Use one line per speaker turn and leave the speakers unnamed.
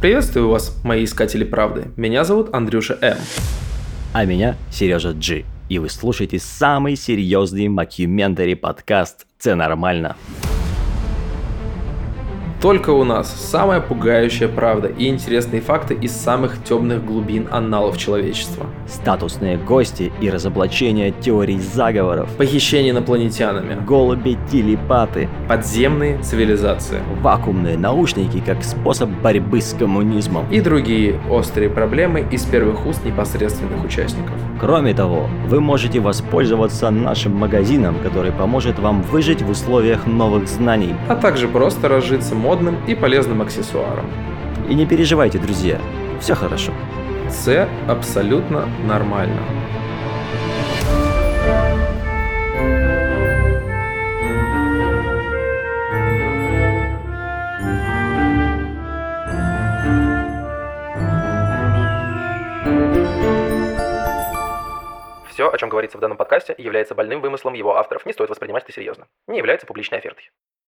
Приветствую вас, мои искатели правды. Меня зовут Андрюша М.
А меня Сережа Джи. И вы слушаете самый серьезный макюментари подкаст «Це нормально».
Только у нас самая пугающая правда и интересные факты из самых темных глубин аналов человечества.
Статусные гости и разоблачение теорий заговоров.
Похищение инопланетянами.
Голуби-телепаты.
Подземные цивилизации.
Вакуумные наушники как способ борьбы с коммунизмом.
И другие острые проблемы из первых уст непосредственных участников.
Кроме того, вы можете воспользоваться нашим магазином, который поможет вам выжить в условиях новых знаний.
А также просто разжиться модным и полезным аксессуаром.
И не переживайте, друзья, все хорошо.
Це абсолютно нормально. Все, о чем говорится в данном подкасте, является больным вымыслом его авторов. Не стоит воспринимать это серьезно. Не является публичной офертой.